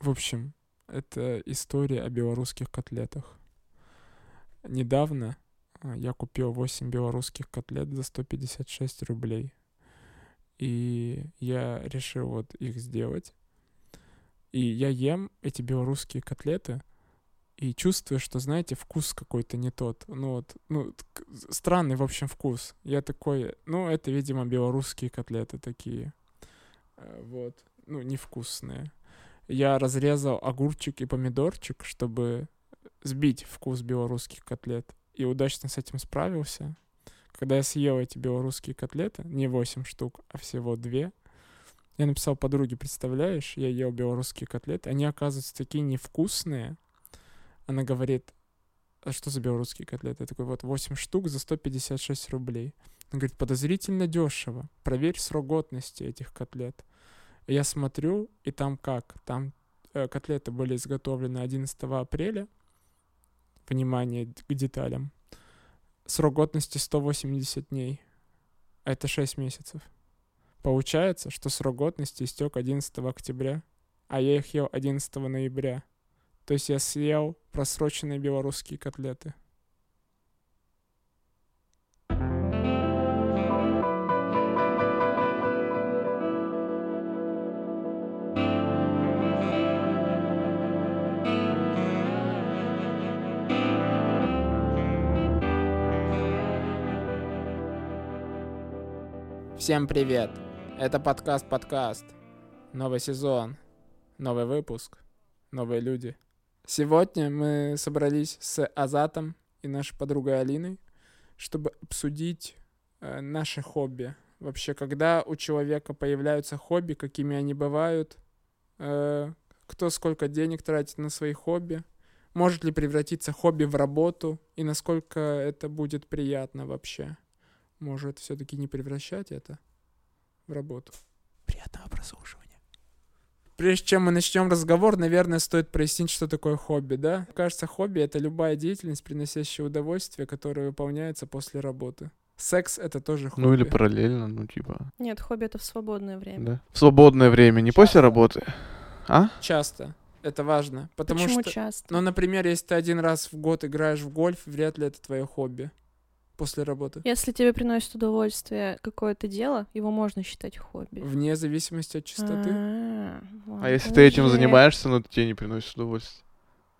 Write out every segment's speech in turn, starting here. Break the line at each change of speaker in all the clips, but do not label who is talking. В общем, это история о белорусских котлетах. Недавно а, я купил 8 белорусских котлет за 156 рублей. И я решил вот их сделать. И я ем эти белорусские котлеты и чувствую, что, знаете, вкус какой-то не тот. Ну вот, ну, к- странный, в общем, вкус. Я такой, ну, это, видимо, белорусские котлеты такие. Э, Вот, ну, невкусные. Я разрезал огурчик и помидорчик, чтобы сбить вкус белорусских котлет. И удачно с этим справился. Когда я съел эти белорусские котлеты, не 8 штук, а всего 2, я написал подруге, представляешь, я ел белорусские котлеты, они оказываются такие невкусные. Она говорит, а что за белорусские котлеты? Я такой, вот 8 штук за 156 рублей. Она говорит, подозрительно дешево, проверь срок годности этих котлет. И Я смотрю, и там как? Там э, котлеты были изготовлены 11 апреля, внимание д- к деталям, срок годности 180 дней, а это 6 месяцев. Получается, что срок годности истек 11 октября, а я их ел 11 ноября. То есть я съел просроченные белорусские котлеты. Всем привет! Это подкаст-подкаст. Новый сезон, новый выпуск, новые люди. Сегодня мы собрались с Азатом и нашей подругой Алиной, чтобы обсудить э, наши хобби. Вообще, когда у человека появляются хобби, какими они бывают, э, кто сколько денег тратит на свои хобби, может ли превратиться хобби в работу и насколько это будет приятно вообще. Может, все-таки не превращать это в работу. Приятного прослушивания. Прежде чем мы начнем разговор, наверное, стоит прояснить, что такое хобби, да? Мне Кажется, хобби — это любая деятельность, приносящая удовольствие, которая выполняется после работы. Секс — это тоже хобби.
Ну или параллельно, ну типа,
Нет, хобби это в свободное время.
да. В свободное время, не после работы. А?
Часто. Это важно. Потому
Почему
что...
часто?
Ну, например, если ты один раз в год играешь в гольф, вряд ли это твое хобби после работы.
Если тебе приносит удовольствие какое-то дело, его можно считать хобби.
Вне зависимости от частоты.
А,
А
ладно,
если ты этим
уже.
занимаешься, но тебе не приносит удовольствия.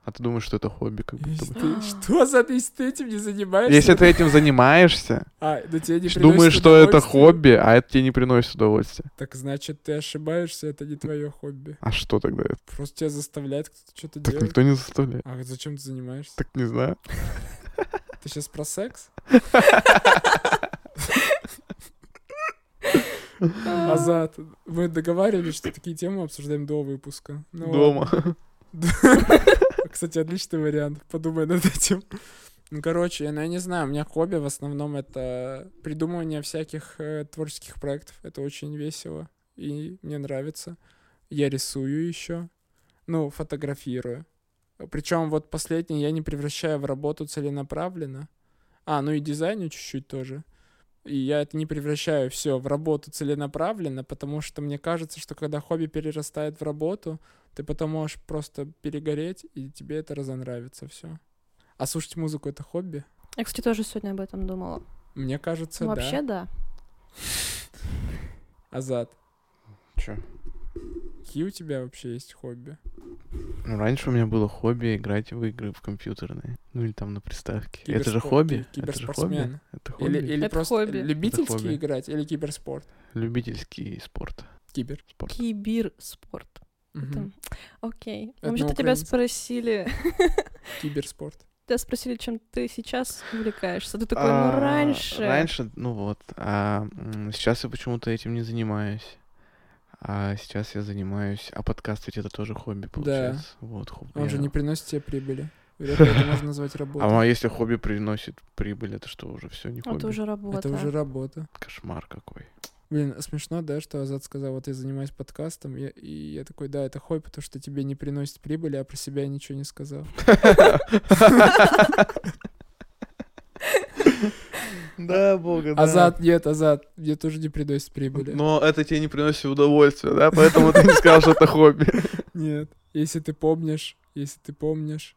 А ты думаешь, что это хобби, как будто
Если
бы.
ты- Что за... Если ты этим не занимаешься...
Если ты этим занимаешься,
А, ну тебе не
ш- думаешь,
приносит
что это
удовольствия?
хобби, а это тебе не приносит удовольствия.
Так значит, ты ошибаешься, это не твое хобби.
А что тогда это?
Просто тебя заставляет кто-то что-то
Так
делать.
никто не заставляет.
А зачем ты занимаешься?
Так не знаю.
Ты сейчас про секс? Ну Азат, мы договаривались, что такие темы обсуждаем до выпуска. Ну
Дома.
ладно. Кстати, отличный вариант. Подумай над этим. Ну, короче, ну, я не знаю, у меня хобби в основном это придумывание всяких э, творческих проектов. Это очень весело и мне нравится. Я рисую еще, ну, фотографирую. Причем вот последний я не превращаю в работу целенаправленно. А, ну и дизайню чуть-чуть тоже. И я это не превращаю все в работу целенаправленно, потому что мне кажется, что когда хобби перерастает в работу, ты потом можешь просто перегореть, и тебе это разонравится все. А слушать музыку — это хобби?
Я, кстати, тоже сегодня об этом думала.
Мне кажется,
Вообще, да.
да. Азат,
Чё?
какие у тебя вообще есть хобби?
Ну, раньше у меня было хобби играть в игры в компьютерные. Ну или там на приставке. Это же
Киберспорт-
хобби.
ки-
Это же
киберспортсмен.
хобби. Это
Или,
хобби.
или
Это
просто
хобби.
любительский
Это хобби.
играть, или киберспорт?
Любительский спорт.
Кибер.
Спорт.
Кибирспорт.
Мгм.
Окей.
Это
Вообще-то
на
тебя
украинском.
спросили.
Киберспорт.
Тебя спросили, чем ты сейчас увлекаешься. Ты такой, ну
А,
раньше.
Раньше, ну вот. А м, сейчас я почему-то этим не занимаюсь. А сейчас я занимаюсь. А подкаст ведь это тоже хобби, получается. Вот, хобби.
Он же
я-
не приносит тебе прибыли. Вряд ли это можно назвать работой.
А если хобби приносит прибыль, это что, уже все не хобби?
Это уже работа.
Это уже работа.
Кошмар какой.
Блин, смешно, да, что Азат сказал, вот я занимаюсь подкастом, я- и я такой, да, это хой, потому что тебе не приносит прибыли, а про себя я ничего не сказал.
Да, бога, да. Ну.
А за... Нет, а за... Мне тоже не приносит прибыли.
Но это тебе не приносит удовольствия, да? Поэтому ты не сказал, что это хобби.
Нет. Если ты помнишь, если ты помнишь,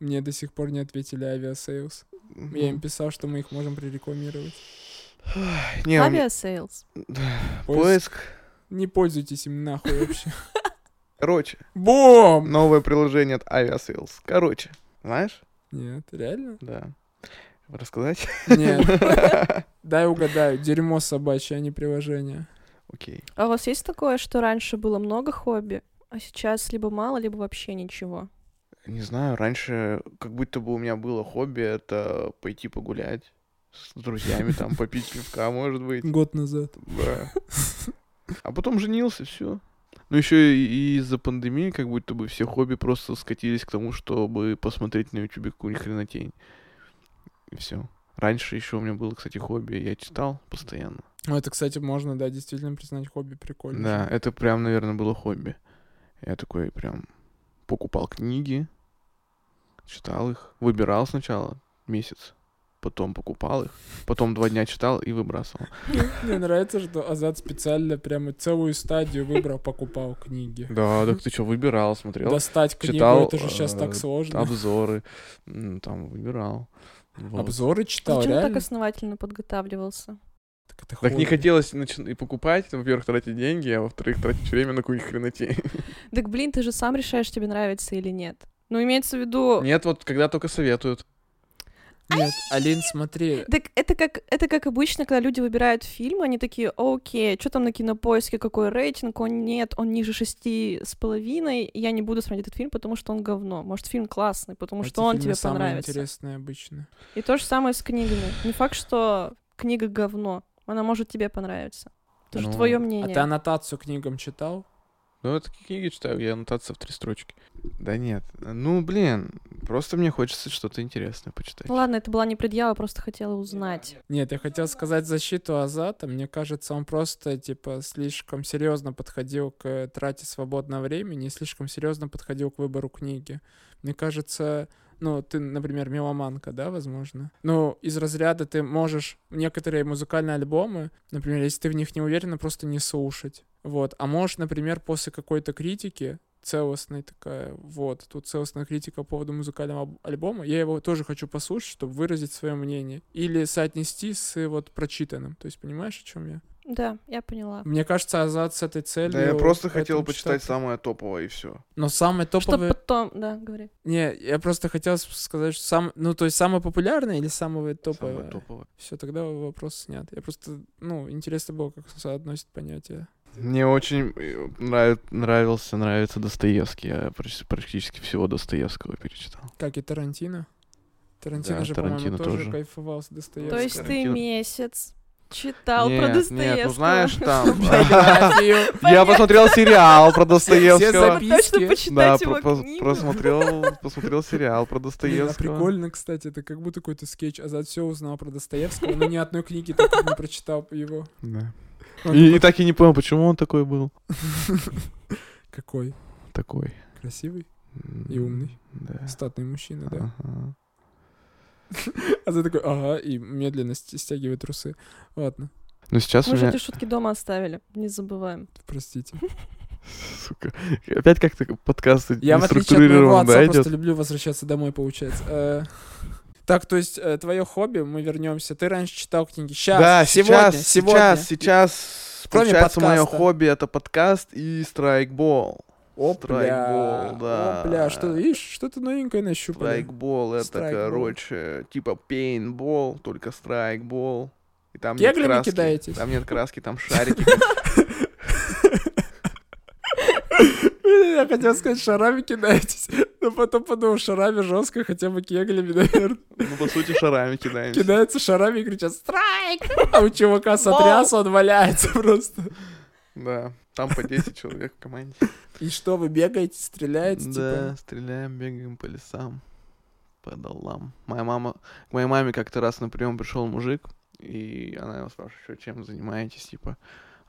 мне до сих пор не ответили авиасейлс. Я им писал, что мы их можем прорекламировать.
Не, у меня-
Авиасейлс.
поиск.
Не пользуйтесь им нахуй вообще.
Короче,
Бом!
новое приложение от Aviasales. Короче, знаешь?
Нет, реально?
Да. Рассказать?
Нет. Дай угадаю. Дерьмо собачье, а не приложение.
Окей.
А у вас есть такое, что раньше было много хобби, а сейчас либо мало, либо вообще ничего?
Не знаю, раньше как будто бы у меня было хобби, это пойти погулять с друзьями, там, попить пивка, может быть.
Год назад.
Да. А потом женился, все. Ну еще и и из-за пандемии, как будто бы все хобби просто скатились к тому, чтобы посмотреть на ютубе какую-нибудь хренотень. И все. Раньше еще у меня было, кстати, хобби. Я читал постоянно.
Ну, это, кстати, можно, да, действительно признать хобби прикольно.
Да, это прям, наверное, было хобби. Я такой прям покупал книги, читал их, выбирал сначала месяц, потом покупал их, потом два дня читал и выбрасывал.
Мне нравится, что Азат специально прямо целую стадию выбрал, покупал книги.
Да, так ты что, выбирал, смотрел?
Достать книгу,
Читал,
это же сейчас так
э,
сложно.
обзоры, м, там выбирал. Вот.
Обзоры читал,
Зачем ты так
реально?
основательно подготавливался?
Так это
Так
хобби.
не хотелось начин- и покупать, во-первых, тратить деньги, а во-вторых, тратить время на какую-нибудь хренотень.
Так, блин, ты же сам решаешь, тебе нравится или нет. Ну, имеется в виду...
Нет, вот когда только советуют.
Нет, Алин, смотри.
Так это как, это как обычно, когда люди выбирают фильмы, они такие, окей, что там на кинопоиске, какой рейтинг, он нет, он ниже шести с половиной, я не буду смотреть этот фильм, потому что он говно. Может, фильм классный, потому что он тебе понравится.
интересное обычно.
И то же самое с книгами. Не факт, что книга говно, она может тебе понравиться. Это же
Ну,
твое
А
мнение.
ты аннотацию книгам читал?
Ну, я такие книги читаю, я аннотация в три строчки. Да нет, ну, блин, просто мне хочется что-то интересное почитать.
Ну ладно, это была не предъява, просто хотела узнать.
Нет, я хотел сказать защиту Азата. Мне кажется, он просто, типа, слишком серьезно подходил к э, трате свободного времени и слишком серьезно подходил к выбору книги. Мне кажется, ну, ты, например, меломанка, да, возможно? Ну, из разряда ты можешь некоторые музыкальные альбомы, например, если ты в них не уверена, просто не слушать. Вот. А можешь, например, после какой-то критики целостной такая, вот, тут целостная критика по поводу музыкального аб- альбома, я его тоже хочу послушать, чтобы выразить свое мнение. Или соотнести с э, вот прочитанным. То есть, понимаешь, о чем я?
Да, я поняла.
Мне кажется, Азат с этой целью...
Да я просто
в
хотел
этом
почитать
читал.
самое топовое и все.
Но самый топовый...
Чтобы потом, да, говори.
Не, я просто хотел с- сказать, что сам... Ну, то есть, самый популярный или самый топовый?
Самое топовое.
Все, тогда вопрос снят. Я просто, ну, интересно было, как соотносит понятие.
Мне очень э, нрав- нравился, нравится Достоевский. Я проч- практически всего Достоевского перечитал.
Как и Тарантино. Тарантино
Да,
же,
Тарантино
по-моему, тоже,
тоже.
кайфовал с Достоевским.
То есть ты
Тарантино.
месяц читал про
Нет,
Достоевского.
Нет, ну знаешь, там... а,
Биографию.
Я посмотрел сериал про
Все
Достоевского.
запи-
Чтобы точно
Записки.
почитать
Да,
его
про- про-
книгу.
просмотрел, посмотрел сериал про
Блин, а
Достоевского.
прикольно, кстати, это как будто какой-то скетч. Азат все узнал про Достоевского, но ни одной книги так и не прочитал его.
Да.
Он
И и так и не понял, почему он такой был.
Какой
Такой.
красивый,
М,
И умный.
Да.
статный мужчина, да.
Ага.
Азат такой, ага, и медленно ст- стягивает трусы. Ладно,
Ну сейчас у
Мы же
меня...
эти шутки дома оставили, не забываем.
простите.
Сука. Опять как-то подкаст
Я в отличие от моего
неструктурированно,
отца
да,
просто
идет?
люблю возвращаться домой, получается. Э, Так, то есть твое хобби, мы вернемся. Ты раньше читал книги. Сейчас,
Да,
сегодня,
сейчас,
сегодня.
сейчас, сейчас.
Кроме
Получается, мое
подкаста.
хобби это подкаст и страйкбол.
Опля,
страйкбол, да.
опля, что, видишь, что-то новенькое нащупали.
Страйкбол это,
Страйкбол.
короче, типа пейнтбол, только страйкбол. И там
Кеглями
нет краски.
кидаетесь?
Там нет краски, там шарики.
Я хотел сказать, шарами кидайтесь, но потом подумал, шарами жестко, хотя бы кеглями, наверное.
Ну, по сути, шарами кидаемся.
Кидаются шарами и кричат «Страйк!» А у чувака сотряс, он валяется просто.
Да. Там по 10 человек в команде.
И что, вы бегаете, стреляете,
Да,
типа?
стреляем, бегаем по лесам, по долам. Моя мама... К моей маме как-то раз на прием пришел мужик, и она его спрашивает, «Чё, чем занимаетесь, типа.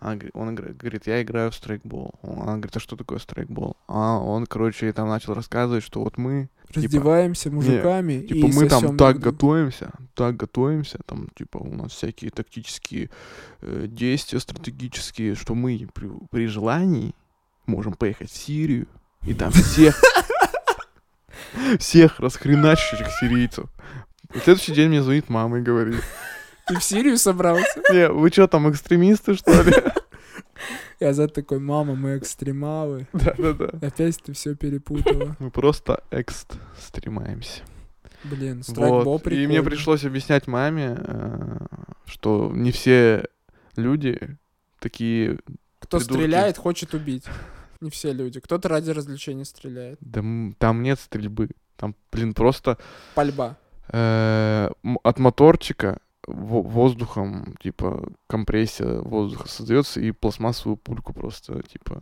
Она гр- он игра- говорит, я играю в страйкбол. Он- Она говорит, а что такое страйкбол? А он, короче, ей там начал рассказывать, что вот мы
Раздеваемся мужиками и
Типа
сосём
мы там так
друг друга.
готовимся, так готовимся, там типа у нас всякие тактические э, действия стратегические, что мы при, при желании можем поехать в Сирию и там всех всех расхреначивших сирийцев. На следующий день мне звонит мама и говорит,
Ты в Сирию собрался?
не, вы что там, экстремисты, что ли?
И Азат такой, мама, мы экстремалы.
Да-да-да.
Опять ты все перепутала.
Мы просто экстремаемся.
Блин, страйкбол
Вот. И мне пришлось объяснять маме, э, что не все люди такие...
Кто
придурки.
стреляет, хочет убить. Не все люди. Кто-то ради развлечения стреляет.
Да м- там нет стрельбы. Там, блин, просто
Пальба.
э, м- от моторчика во- воздухом, типа, компрессия воздуха создается, и пластмассовую пульку просто, типа,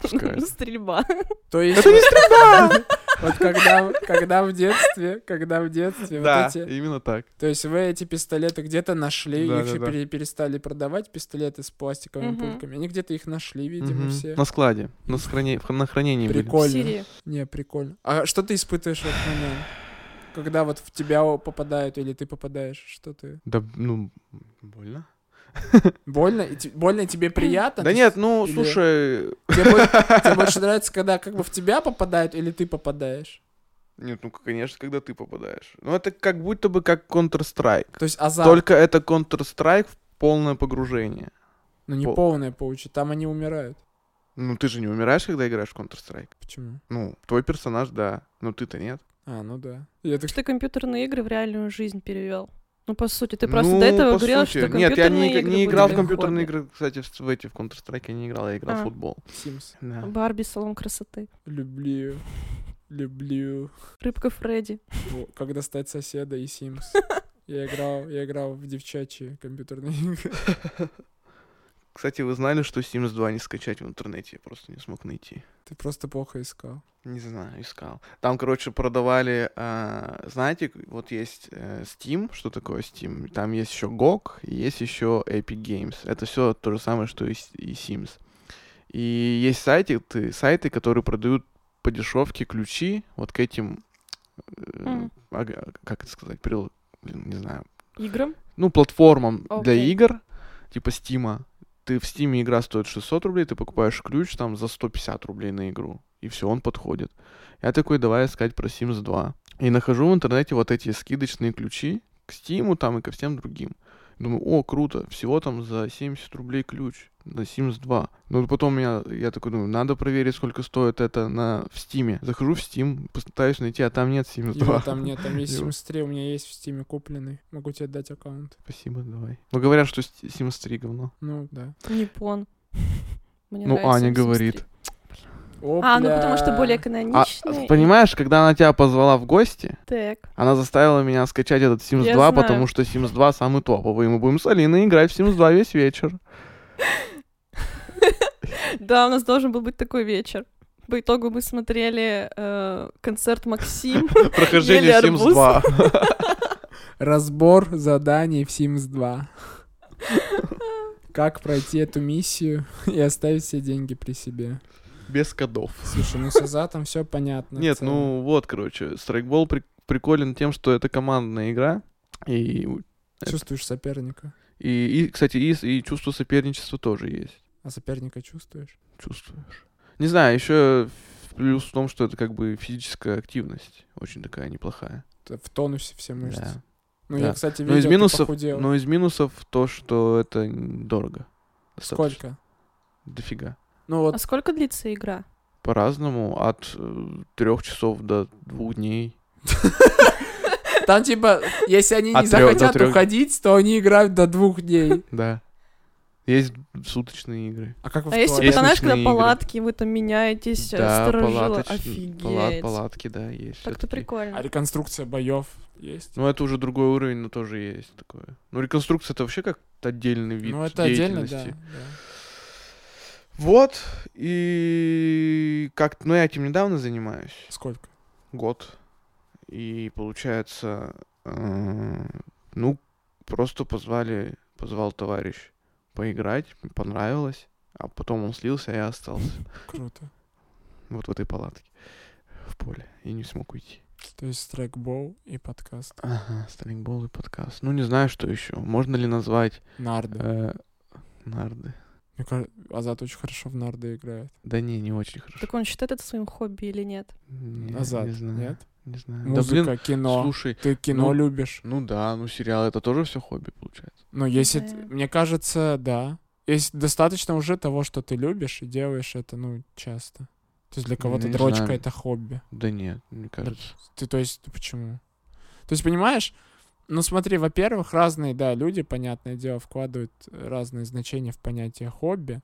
пускает.
Стрельба.
То есть...
Это не
стрельба! Вот когда, когда в детстве, когда в детстве
Да,
вот эти...
именно так.
То есть вы эти пистолеты где-то нашли, их
Да-да-да.
пере- перестали продавать, пистолеты с пластиковыми
Мгм.
пульками. Они где-то их нашли, видимо,
Мгм.
все.
На складе, на, схране- в- на хранении были.
Прикольно.
В Сирии.
Не, прикольно. А что ты испытываешь в этот момент? Когда вот в тебя о- попадают или ты попадаешь, что ты?
Да, ну, больно.
Больно? И те- Больно и тебе приятно?
Да
Ты-
нет, ну,
или-
слушай,
Тебе больше, тебе больше нравится, когда как бы в тебя попадают или ты попадаешь?
Нет, ну, конечно, когда ты попадаешь. Ну, это как будто бы как Counter-Strike.
То есть азарт,
Только это Counter-Strike в полное погружение.
ну не
пол-
полное получит, там они умирают.
Ну, ты же не умираешь, когда играешь в Counter-Strike.
Почему?
Ну, твой персонаж, да. Но ты-то нет.
А, ну да. Я так
Что ты компьютерные игры в реальную жизнь перевел. Ну, по сути, ты просто
Ну,
до этого
по
говорил,
сути.
что
Нет, я не,
компьютерные
иг-
игры
не
были
играл в
твоим
компьютерные
хобби.
игры, кстати, в, в эти, в Counter-Strike я не играл, я играл в
А.
футбол.
Sims.
Да.
Барби, салон красоты.
Люблю. Люблю.
Рыбка Фредди.
Во, Как достать соседа и Sims. Я играл, я играл в девчачьи компьютерные игры.
Кстати, вы знали, что Sims 2 не скачать в интернете? Я просто не смог найти.
Ты просто плохо искал.
Не знаю, искал. Там, короче, продавали, а, знаете, вот есть э, Steam, что такое Steam? Там есть еще GOG, и есть еще Epic Games. Это все то же самое, что и, с- и Sims. И есть сайты, ты- сайты, которые продают по дешевке ключи вот к этим, э,
Мгм.
ага, как это сказать, прил- блин, не знаю,
Играм?
ну, платформам для
Окей.
игр, типа Стима. Ты в Стиме игра стоит 600 рублей, ты покупаешь ключ там за 150 рублей на игру. И все, он подходит. Я такой, давай искать про Sims 2. И нахожу в интернете вот эти скидочные ключи к Стиму там и ко всем другим. Думаю, о, круто, всего там за 70 рублей ключ на Sims 2. Ну, потом я, я такой думаю, надо проверить, сколько стоит это на, в Стиме. Захожу в Steam, пытаюсь найти, а там нет Sims 2.
Его там нет, там есть
Его.
Sims 3, у меня есть в Стиме купленный. Могу тебе дать аккаунт.
Спасибо, давай. Ну, говорят, что С- Sims 3 говно.
Ну, да.
Япон. Мне
Ну,
нравится
Аня
Sims 3.
говорит.
А, ну потому что
Опля.
более
А,
каноничный.
понимаешь, когда она тебя позвала в гости,
Так.
она заставила меня скачать этот Sims
Я
2,
знаю.
потому что Sims 2 самый топовый. И мы будем с Алиной играть в Sims 2 весь вечер.
Да, у нас должен был быть такой вечер. По итогу мы смотрели э, концерт Максим.
Прохождение
Ели
Sims 2.
Разбор заданий в Sims 2. Как пройти эту миссию и оставить все деньги при себе.
Без кодов.
Слушай, ну с Азатом все понятно. в
Нет,
целом.
ну вот, короче, страйкбол при- приколен тем, что это командная игра. И,
Чувствуешь соперника.
и, и, кстати, и, с- и чувство соперничества тоже есть.
А соперника чувствуешь?
Чувствуешь. Не знаю, еще плюс в том, что это как бы физическая активность. Очень такая неплохая.
Т- В тонусе все мышцы.
Да.
Ну,
Да.
я, кстати, видел,
Но из,
ты
минусов, ну,
похудел.
но из минусов то, что это н- дорого. Достаточно.
Сколько?
Дофига.
Ну
А
вот,
сколько длится игра?
По-разному, от э, трех часов до двух дней.
там типа, если они
От
не
трё-
захотят
до трёх.
уходить, то они играют до двух дней.
Да. Есть суточные игры.
А как вы в
А если
туалет?
Есть
персонаж, когда
ночные игры.
палатки, вы там меняетесь, э,
да,
сторожило.
палаточ- пала-
Офигеть.
палатки, да, есть. всё-таки.
Так-то
А
прикольно.
реконструкция боев есть?
Ну, это уже другой уровень, но тоже есть такое. Ну, реконструкция это вообще как отдельный вид
Ну, это отдельно, да.
деятельности.
да.
Вот, и как... Ну, я этим недавно занимаюсь.
Сколько?
год. И получается, э, ну, просто позвали, позвал товарищ поиграть, мне понравилось. А потом он слился, а я остался
Круто.
вот в этой палатке в поле и не смог уйти.
То есть трекбол и подкаст.
Ага, Сталинбол и подкаст. Ну, не знаю, что еще. Можно ли назвать
Нарды.
э, нарды?
Мне кажется, Азат очень хорошо в нарды играет.
Да не, не очень хорошо.
Так он считает это своим хобби или нет?
Не,
Азат,
не знаю.
нет?
Не знаю. да,
Музыка,
блин,
кино.
слушай,
Ты кино
ну-
любишь.
ну да, ну сериал это тоже все хобби получается.
Ну, если... т-
Да.
Мне кажется, да. Если достаточно уже того, что ты любишь, и делаешь это, ну, часто. То есть для
Ну,
кого-то
не
дрочка —
знаю.
это хобби.
Да нет, мне кажется.
Ты, то есть, ты почему? То есть, понимаешь, ну смотри, во-первых, разные, да, люди, понятное дело, вкладывают разные значения в понятие хобби,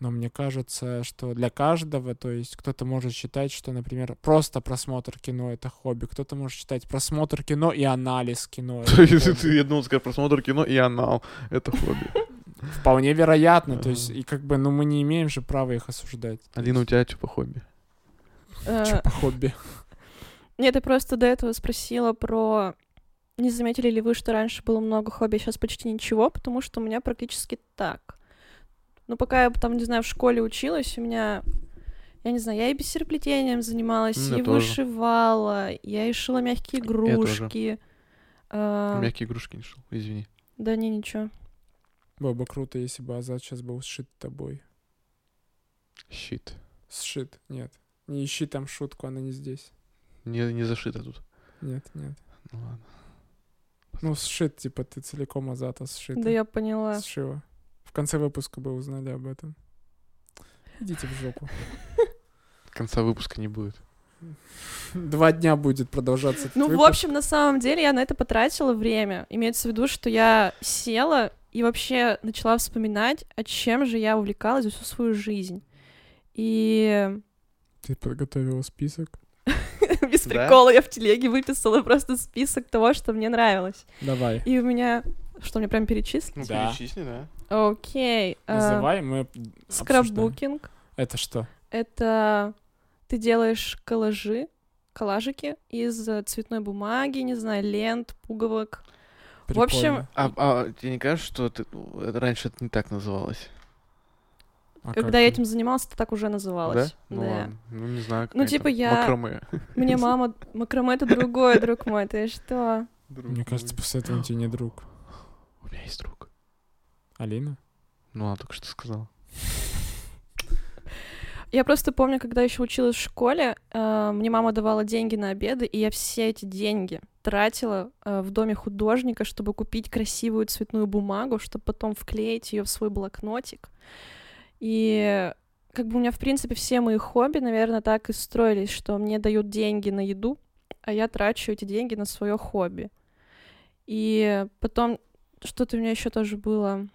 но мне кажется, что для каждого, то есть кто-то может считать, что, например, просто просмотр кино — это хобби, кто-то может считать просмотр кино и анализ кино. это
То есть
хобби.
ты одно скажешь просмотр кино и анал. Это хобби.
Вполне вероятно, то есть,
Ага.
и как бы, ну мы не имеем же права их осуждать. То
Алина, у
есть,
тебя что по хобби?
Э,
чё по хобби.
Нет, я просто до этого спросила про... Не заметили ли вы, что раньше было много хобби, а сейчас почти ничего, потому что у меня практически так. Ну, пока я там, не знаю, в школе училась, у меня... Я не знаю, я и бисероплетением занималась,
М, Ну, я
и
тоже.
вышивала, я и шила мягкие игрушки. А,
Мягкие игрушки не шел, извини.
Да не, ничего.
Было бы круто, если бы Азат сейчас был сшит тобой.
Щит.
Сшит, нет. Не ищи там шутку, она не здесь.
Не, не зашито тут.
Нет, нет.
Ну ладно.
Ну, сшит, типа, ты целиком Азата сшита.
Да я поняла.
Сшила. В конце выпуска бы узнали об этом. Идите в жопу.
Конца выпуска не будет.
Два дня будет продолжаться этот
Ну, в
выпуск.
общем, на самом деле я на это потратила время. Имеется в виду, что я села и вообще начала вспоминать, а чем же я увлекалась за всю свою жизнь. И
Ты подготовила список?
без
Да.
прикола я в телеге выписала просто список того, что мне нравилось.
Давай.
И у меня... Что, мне прям перечислить?
Да.
Ну, перечисли, да?
Окей. а,
Называй, мы об- обсуждаем.
Скраббукинг.
Это что?
Это ты делаешь коллажи, коллажики из э, цветной бумаги, не знаю, лент, пуговок. В общем,
Прикольно.
А, а тебе не кажется, что ты, ну, это раньше это не так называлось?
А
Когда
как
я
ты?
этим занималась, это так уже называлось.
Да? Ну ладно. Ну не знаю, какая
типа
там
я-
Макраме.
Мне мама... Макраме — это другое, друг мой, ты что?
Мне кажется, после этого он тебе не друг.
У меня есть друг.
Алина?
Ну ладно, только что сказал.
Я просто помню, когда еще училась в школе, э, мне мама давала деньги на обеды, и я все эти деньги тратила э, в доме художника, чтобы купить красивую цветную бумагу, чтобы потом вклеить ее в свой блокнотик. И как бы у меня, в принципе, все мои хобби, наверное, так и строились, что мне дают деньги на еду, а я трачу эти деньги на свое хобби. И потом что-то у меня еще тоже было.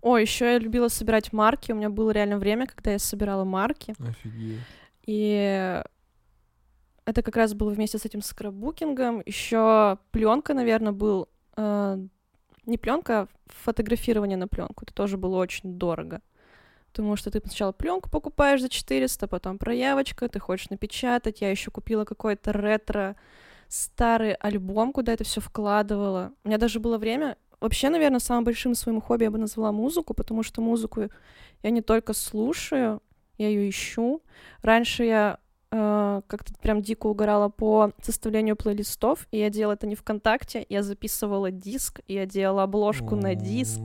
О, еще я любила собирать марки. У меня было реально время, когда я собирала марки.
Офигеть.
И это как раз было вместе с этим скраббукингом. Еще пленка, наверное, был. э, не пленка, а фотографирование на пленку. Это тоже было очень дорого. Потому что ты сначала пленку покупаешь за 400, потом проявочка, ты хочешь напечатать. Я еще купила какой-то ретро старый альбом, куда это все вкладывала. У меня даже было время... Вообще, наверное, самым большим своим хобби я бы назвала музыку, потому что музыку я не только слушаю, я ее ищу. Раньше я э, как-то прям дико угорала по составлению плейлистов, и я делала это не ВКонтакте, я записывала диск, и я делала обложку на диск.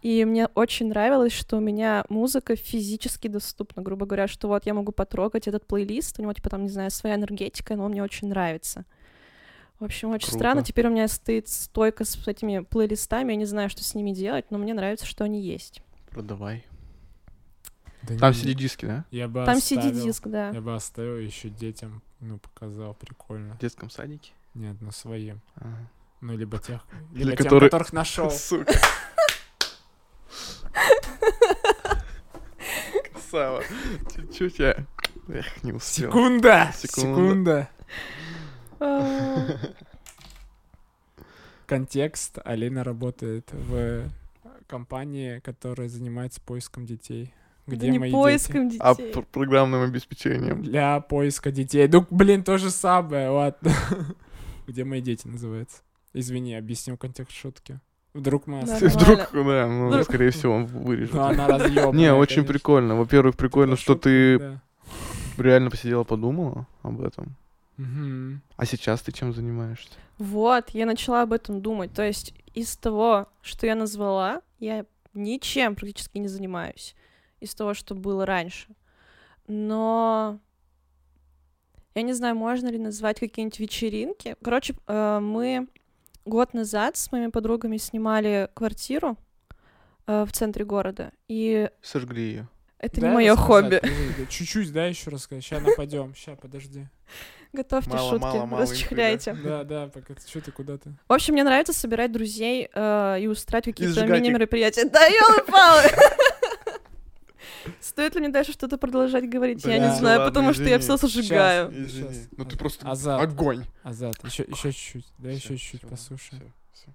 И мне очень нравилось, что у меня музыка физически доступна, грубо говоря, что вот я могу потрогать этот плейлист, у него, типа, там, не знаю, своя энергетика, но он мне очень нравится. В общем, очень
Круто.
странно. Теперь у меня стоит стойка с этими плейлистами, я не знаю, что с ними делать, но мне нравится, что они есть.
Продавай.
Да
Там
не,
CD-диски, да?
Я бы
там
оставил.
CD-диск, да.
Я бы оставил еще детям, ну, показал, прикольно.
В детском садике.
Нет, на своем.
Ага.
Ну, либо тех,
Или
либо тем,
которые-
которых нашел.
Сука. Красава. Чё тебя? Эх, не успел.
Секунда!
Секунда.
Секунда!
А,
Контекст. Алина работает в компании, которая занимается поиском детей.
да
Где мои
не
дети?
поиском
А
детей.
пр- программным обеспечением.
Для поиска детей. Ну, блин, то же самое, ладно. Где мои дети называется? Извини, объяснил контекст шутки. Вдруг мы...
Да.
ос-
Если Вдруг, да, ну,
Вдруг.
скорее всего, он
Ну,
вырежет.
она разъёбанная,
Не, очень
конечно.
прикольно. Во-первых, прикольно, что
Шутка,
ты
да.
реально посидела, подумала об этом.
Мгм.
А сейчас ты чем занимаешься?
Вот, я начала об этом думать. То есть из того, что я назвала, я ничем практически не занимаюсь. Из того, что было раньше. Но я не знаю, можно ли назвать какие-нибудь вечеринки. Короче, э, мы год назад с моими подругами снимали квартиру э, в центре города. И
Сожгли ее.
это
Дай
не мое
рассказать,
хобби.
подожди, да, Чуть-чуть, да, еще рассказать. Сейчас нападем. Сейчас, подожди.
Готовьте
Мало,
шутки,
мало, мало
расчехляйте.
Да, да, пока ты что ты куда ты?
В общем, мне нравится собирать друзей э, и устраивать какие-то
сжигать их.
мини-мероприятия. Да ёлы-палы! Стоит ли мне дальше что-то продолжать говорить? Я
Да.
не знаю,
Ладно,
потому что я все
извини.
сжигаю.
Сейчас.
Ну ты просто
А
Азарт.
огонь.
Азат, еще, еще чуть-чуть. Да, еще чуть-чуть послушай.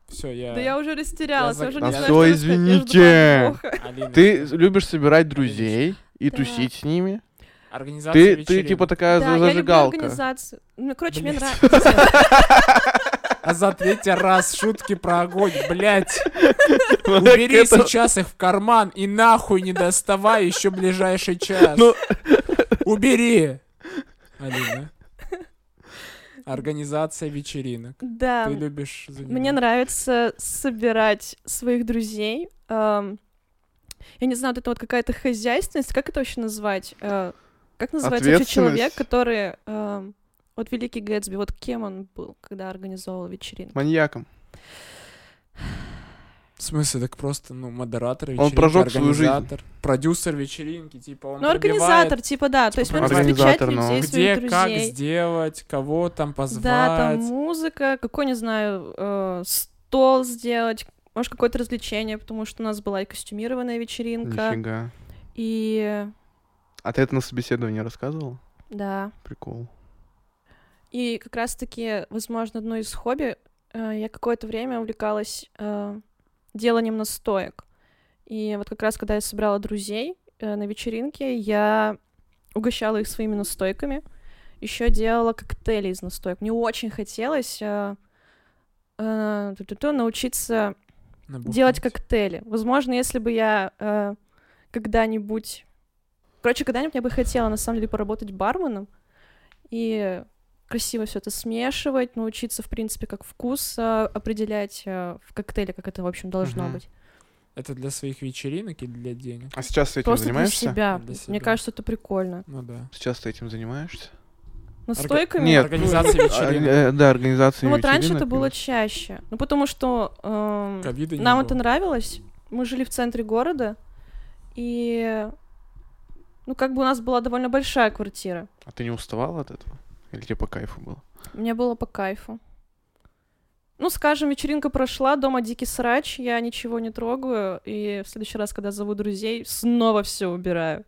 Все, я...
Да я уже растерялась,
Я
я уже
заг-
не
Да
знаю,
всё,
что рассказать, я
А
жду
извините.
подвоха.
Алина,
Ты любишь собирать друзей и
Да.
тусить с ними.
Организация
Ты, ты
вечеринок.
типа такая
Да, я люблю
зажигалка.
организацию. Ну, короче, мне
Блядь.
нравится.
Азат, третий раз шутки про огонь, блядь.
Она
Убери
к этому-
сейчас их в карман и нахуй не доставай еще ближайший час.
Ну.
Убери. Алина. Организация вечеринок.
Да,
Ты любишь заниматься?
Мне нравится собирать своих друзей. эм, я не знаю, вот это вот какая-то хозяйственность, как это вообще назвать? Э, как называется вообще человек,
Ответственность?
который... эм, вот Великий Гэтсби, вот кем он был, когда организовал вечеринку?
Маньяком.
В смысле, так просто, ну, модератор вечеринки,
Он прожег свою жизнь.
организатор, продюсер вечеринки, типа он
Ну,
пробивает,
организатор, типа, да. То есть мне
типа,
нравится встречать
организатор, но-
людей,
где,
своих
как
друзей.
сделать, кого там позвать.
Да, там музыка, какой, не знаю, э, стол сделать, может, какое-то развлечение, потому что у нас была и костюмированная вечеринка,
Нифига.
и...
А ты это на собеседовании рассказывал?
Да.
Прикол.
И как раз-таки, возможно, одно из хобби, э, я какое-то время увлекалась э, деланием настоек. И вот как раз, когда я собирала друзей э, на вечеринке, я угощала их своими настойками. Еще делала коктейли из настоек. Мне очень хотелось э, э, ту-ту-ту, научиться
Набухнуть.
делать коктейли. Возможно, если бы я э, когда-нибудь... Короче, когда-нибудь я бы хотела, на самом деле, поработать барменом и красиво все это смешивать, научиться, в принципе, как вкус э, определять э, в коктейле, как это, в общем, должно
Мгм.
быть.
Это для своих вечеринок или для денег?
А сейчас ты этим
Просто
занимаешься?
для себя.
Для себя.
Мне кажется, это прикольно.
Ну да.
Сейчас ты этим занимаешься?
Ну, Настойками...
Нет.
Организация
А,
вечеринок.
э, Да, организация
Ну вот раньше это
вечеринок,
было
и-
чаще. Ну потому что...
а,
эм,
Ковида не
Нам
было.
это нравилось. Мы жили в центре города, и ну как бы у нас была довольно большая квартира.
А ты не уставал от этого? Или тебе по кайфу было?
Мне было по кайфу. Ну, скажем, вечеринка прошла, дома дикий срач, я ничего не трогаю, и в следующий раз, когда зову друзей, снова все убираю.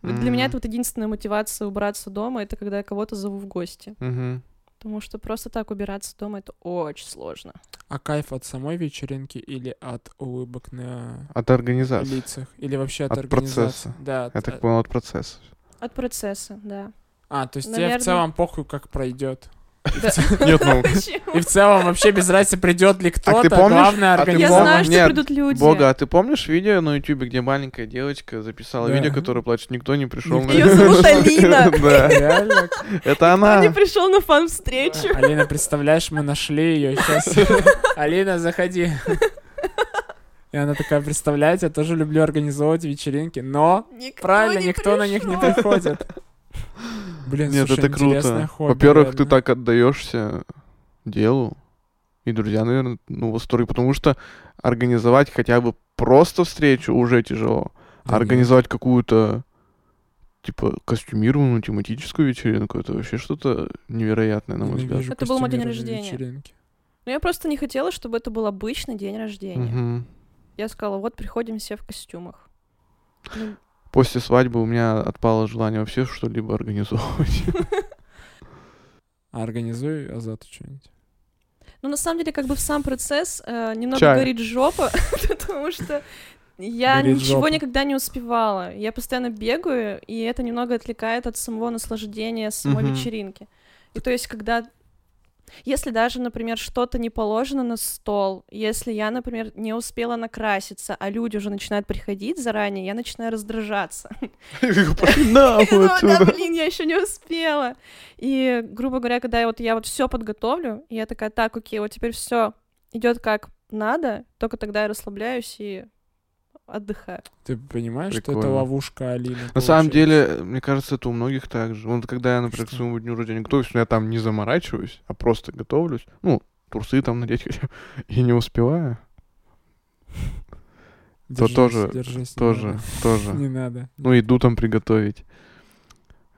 Вот Для меня
Мгм.
это вот единственная мотивация убраться дома, это когда я кого-то зову в гости.
Мгм.
Потому что просто так убираться дома это очень сложно.
А кайф от самой вечеринки или от улыбок на
От организации.
лицах? Или вообще от,
От
организации?
процесса.
Да. от-
Я так понял, от процесса.
От процесса, да.
А, то есть тебе
Наверное.
в целом похуй, как пройдет.
Нет, ну...
Почему?
И в целом вообще без разницы, придет ли кто-то,
А помнишь-
главное
а ты
Я
Бога.
организовать.
знаю, что
Нет,
придут люди.
Бога, а ты помнишь видео на ютубе, где маленькая девочка записала
Да.
видео, которое плачет, никто не пришел?
Никто.
Её зовут Алина.
Да,
Реально?
это
Он не
она.
пришел на фан-встречу.
Алина, представляешь, мы нашли ее сейчас. Алина, заходи. И она такая, представляете, я тоже люблю организовывать вечеринки, но
Никто
правильно,
не
никто на них не
пришёл.
приходит. Блин,
Нет,
слушай,
это
интересное
круто.
хобби,
Во-первых, ты
реально.
так отдаешься делу, и друзья, наверное, ну, в восторге, потому что организовать хотя бы просто встречу уже тяжело,
Да
а организовать какую-то типа костюмированную тематическую вечеринку, это вообще что-то невероятное, на мой взгляд.
Ненавижу
Это был мой день
костюмированные
рождения.
вечеринки.
Но Ну, я просто не хотела, чтобы это был обычный день рождения.
Мгм.
Я сказала, вот приходим все в костюмах. Ну,
После свадьбы у меня отпало желание вообще что-либо организовывать.
А организуй Азату что-нибудь.
ну, на самом деле, как бы в сам процесс э, немного
Чай.
горит жопа, потому что я
Горит
ничего
жопа.
никогда не успевала. Я постоянно бегаю, и это немного отвлекает от самого наслаждения самой
Мгм.
вечеринки. И то есть, когда... Если даже, например, что-то не положено на стол, если я, например, не успела накраситься, а люди уже начинают приходить заранее, я начинаю раздражаться.
Пошли нахуй
Ну да,
отсюда.
блин, я еще не успела. И, грубо говоря, когда я вот я вот все подготовлю, и я такая, так, окей, вот теперь все идет как надо, только тогда я расслабляюсь и отдыхаю.
Ты понимаешь, что это
Прикольно.
ловушка Алины?
На самом
получается?
деле, мне кажется, это у многих так же. Вот когда я, например, к
Что?
своему дню рождения готовлюсь, но я там не заморачиваюсь, а просто готовлюсь. Ну, трусы там надеть хочу. И не успеваю.
Держись,
тоже-
держись, не
Тоже,
надо.
тоже.
Не надо.
Ну, иду там приготовить.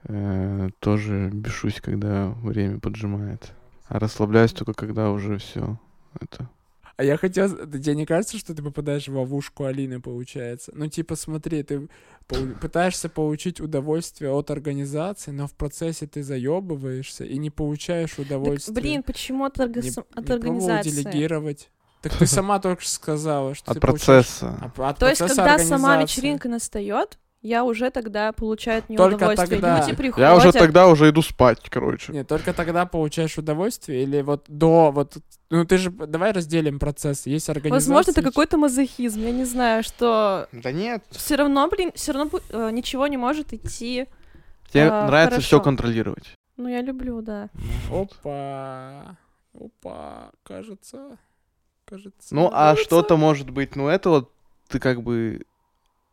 Э, Тоже бешусь, когда время поджимает. А расслабляюсь только, когда уже все это.
А я хотел... с- да Тебе не кажется, что ты попадаешь в ловушку Алины, получается? Ну, типа, смотри, ты пол- пытаешься получить удовольствие от организации, но в процессе ты заебываешься и не получаешь
Так,
удовольствия.
блин, почему от, орга-
Не-
от
не пробовал
организации?
делегировать. Так ты сама только что сказала, что
От
ты получаешь-
процесса.
А, от
То есть,
процесса
когда сама
организации.
вечеринка настает, я уже тогда получаю от нее
Только
удовольствие.
тогда.
Люди
Я
типа, приходят.
Я уже тогда уже иду спать, короче.
Нет, только тогда получаешь удовольствие или вот до вот ну ты же давай разделим процесс. Есть организация.
Возможно, это какой-то мазохизм, я не знаю, что
Да нет.
все равно, блин, все равно бу- э, ничего не может идти.
Тебе
А,
нравится все
хорошо.
контролировать.
Ну, я люблю, да.
Опа, опа, кажется, кажется.
Ну, а
кажется.
что-то может быть, ну, это вот ты как бы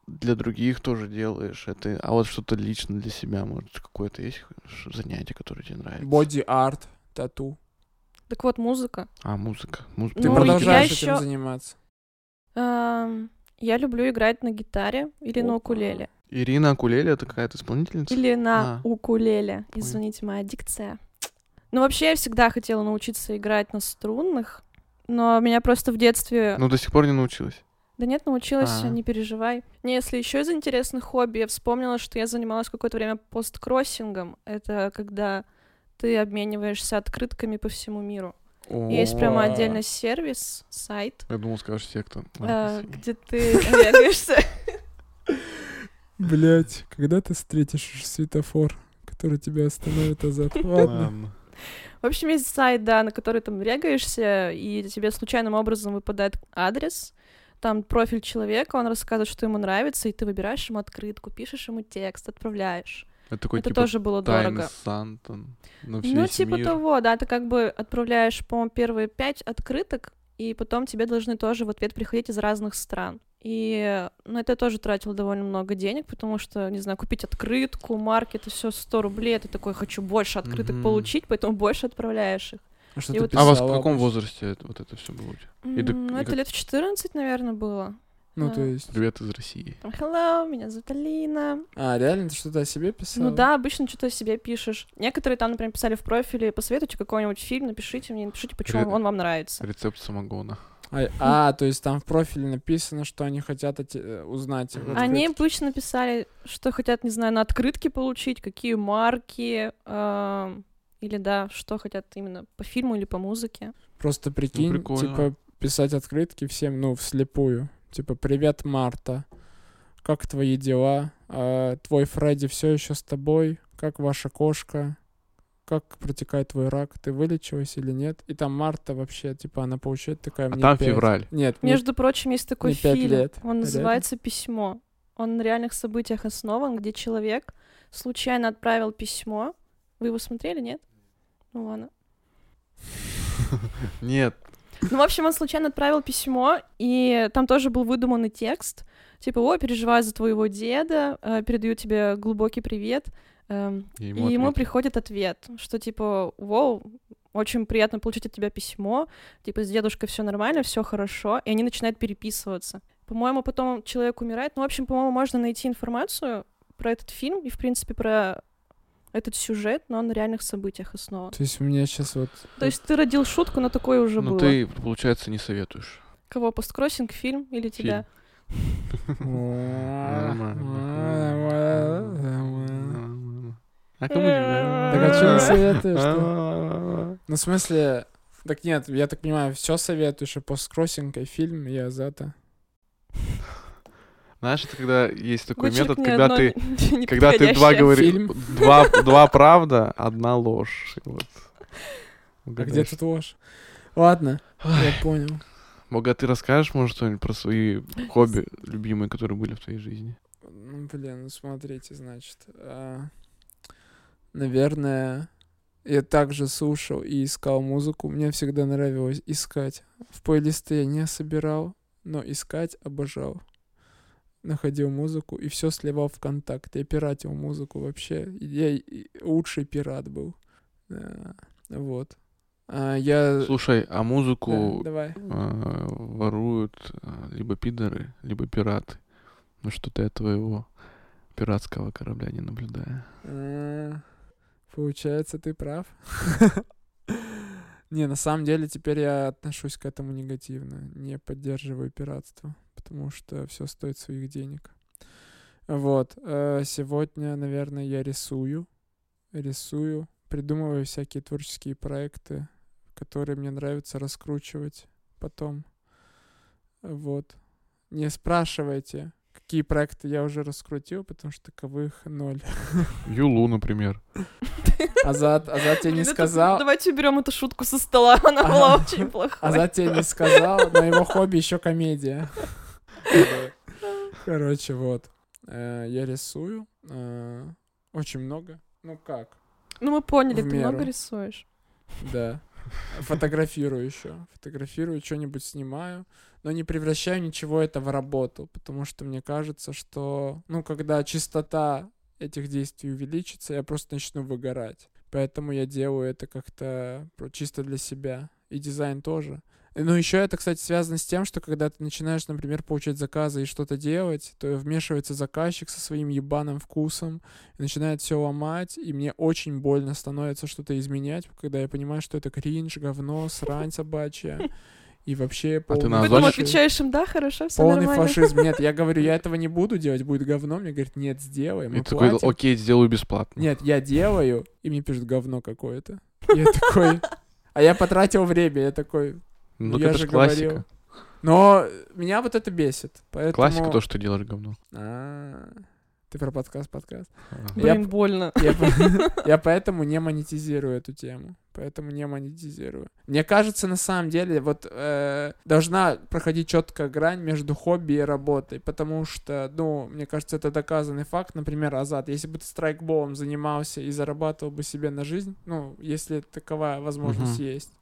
для других тоже делаешь, это, а вот что-то лично для себя, может, какое-то есть ш- занятие, которое тебе нравится?
Боди арт, тату.
Так вот, музыка.
А, музыка. Муз-
Ты
Ну,
музыки
продолжаешь
нравится?
этим
ещё-
заниматься.
Эм, Я люблю играть на гитаре или на
Опа.
укулеле.
Ирина Акулелия такая-то исполнительница?
Или на
А.
укулеле.
Понял.
Извините, моя дикция. Ну, вообще, я всегда хотела научиться играть на струнных, но меня просто в детстве...
Ну, до сих пор не научилась.
Да нет, научилась,
А.
не переживай. Не, если еще из интересных хобби, я вспомнила, что я занималась какое-то время посткроссингом. Это когда ты обмениваешься открытками по всему миру. Есть прямо
Опа.
отдельный сервис, сайт,
Я думал, скажешь секта.
э, где ты обмениваешься
Блять, когда ты встретишь светофор, который тебя остановит назад?
Ну, А,
Ладно.
В общем, есть сайт, да, на который там регаешься, и тебе случайным образом выпадает адрес, там профиль человека, он рассказывает, что ему нравится, и ты выбираешь ему открытку, пишешь ему текст, отправляешь.
Это такой,
это
типа,
тоже было
тайны
дорого.
Сантон. Ну,
Ну, типа того, да, ты как бы отправляешь, по-моему, первые пять открыток, и потом тебе должны тоже в ответ приходить из разных стран. И ну, это я тоже тратил довольно много денег, потому что, не знаю, купить открытку, маркет, это все 100 рублей, ты такой, хочу больше открыток
Мгм.
получить, поэтому больше отправляешь их.
А что
И
ты
вот-
А вас в
писала
каком
обычно?
возрасте это- вот это все было? у тебя? И док-
М,
и
Ну, это
как-
лет в 14, наверное, было.
Ну то есть.
Привет из России.
Там, hello, меня зовут Алина.
А реально ты что-то о себе писала?
Ну да, обычно что-то о себе пишешь. Некоторые там, например, писали в профиле, посоветуйте какой-нибудь фильм, напишите мне, напишите, почему
Привет.
он вам нравится.
Рецепт самогона.
А, а, то есть там в профиле написано, что они хотят от те- э, узнать. в
А Они
открытке.
обычно писали, что хотят, не знаю, на открытке получить, какие марки, эм, или да, что хотят именно по фильму или по музыке.
Просто прикинь,
прикольно.
типа, писать открытки всем, ну, вслепую. Типа, привет, Марта. Как твои дела? А, твой Фредди все еще с тобой? Как ваша кошка? Как протекает твой рак? Ты вылечилась или нет? И там Марта вообще, типа, она получает такая...
А
«Мне
там
пять».
февраль.
Нет, мне
Между прочим, есть такой
мне пять
фильм.
лет.
Он
Реально?
называется Письмо. Он на реальных событиях основан, где человек случайно отправил письмо. Вы его смотрели, нет? Ну ладно.
Нет,
Ну, в общем, он случайно отправил письмо, и там тоже был выдуманный текст. Типа, ой, переживаю за твоего деда, э, передаю тебе глубокий привет. Эм,
И
и
ему
ему,
ответили.
приходит ответ, что типа, вау, очень приятно получить от тебя письмо, типа, с дедушкой все нормально, все хорошо, и они начинают переписываться. По-моему, потом человек умирает. Ну, в общем, по-моему, можно найти информацию про этот фильм и, в принципе, про этот сюжет, но он на реальных событиях основан.
То есть у меня сейчас вот...
То есть ты родил шутку, но такое уже
Ну
было.
ты, получается, не советуешь.
Кого, посткроссинг, фильм или тебя?
А
А кому не
Так а что не
нравится?
советуешь-то? Ну, в смысле... Так нет, я так понимаю, все советуешь, и посткроссинг, и А фильм, я за-то.
Знаешь, это когда есть такой
Вычеркни
метод, когда
одно
ты
не-
когда ты два
неподходящее.
говоришь,
Фильм.
два, два правда, одна ложь. И вот.
А где тут ложь? Ладно, я понял.
Мога, ты расскажешь, может, что-нибудь про свои хобби любимые, которые были в твоей жизни?
Ну, блин, ну смотрите, значит. а, Наверное, я также слушал и искал музыку. Мне всегда нравилось искать. В плейлисты я не собирал, но искать обожал. Находил музыку и все сливал в контакт. Я пиратил музыку вообще. Я и- лучший пират был. Да, Вот. А, я...
Слушай, а
Да,
музыку
давай.
а, воруют а, либо пидоры, либо пираты. Ну что-то я твоего пиратского корабля не наблюдаю.
А, Получается, ты прав. Не, на самом деле теперь я отношусь к этому негативно. Не поддерживаю пиратство, потому что все стоит своих денег. Вот. э, Сегодня, наверное, я рисую. Рисую, придумываю всякие творческие проекты, которые мне нравится раскручивать потом. Вот. Не спрашивайте, какие проекты я уже раскрутил, потому что таковых ноль.
Юлу, например.
Азат, Азат тебе А не
Ребята,
сказал. А,
Давайте уберем эту шутку со стола, она
Ага.
была очень плохой.
Азат тебе не сказал, но его хобби еще комедия. Короче, вот. Э, Я рисую. э, Очень много. Ну как?
Ну мы поняли,
В
ты
меру.
много рисуешь.
Да. Фотографирую еще. Фотографирую, что-нибудь снимаю, но не превращаю ничего это в работу, потому что мне кажется, что, ну, когда частота этих действий увеличится, я просто начну выгорать. Поэтому я делаю это как-то про- чисто для себя. И дизайн тоже. И, Ну, еще это, кстати, связано с тем, что когда ты начинаешь, например, получать заказы и что-то делать, то вмешивается заказчик со своим ебаным вкусом, и начинает все ломать, и мне очень больно становится что-то изменять, когда я понимаю, что это кринж, говно, срань собачья. И А, вообще полный
на
фашизм.
Потом
Азат-
отвечаешь им, да, хорошо, все
Полный
нормально.
фашизм. Нет, я говорю, я этого не буду делать, будет говно. Мне говорят, нет, сделай, мы
И ты такой,
платим.
окей, сделаю бесплатно.
Нет, я делаю, и мне пишут говно какое-то. Я такой... А я потратил время, я такой...
Ну так
я
это
же
же
говорил.
классика.
Но меня вот это бесит, поэтому...
Классика то, что ты делаешь говно.
А, Ты про подкаст-подкаст?
А.
Я
Блин, больно.
Я, по- я поэтому не монетизирую эту тему. Поэтому не монетизирую. Мне кажется, на самом деле, вот э, должна проходить четкая грань между хобби и работой. Потому что, ну, мне кажется, это доказанный факт. Например, Азат, если бы ты страйкболом занимался и зарабатывал бы себе на жизнь, ну, если таковая возможность
Мгм.
есть,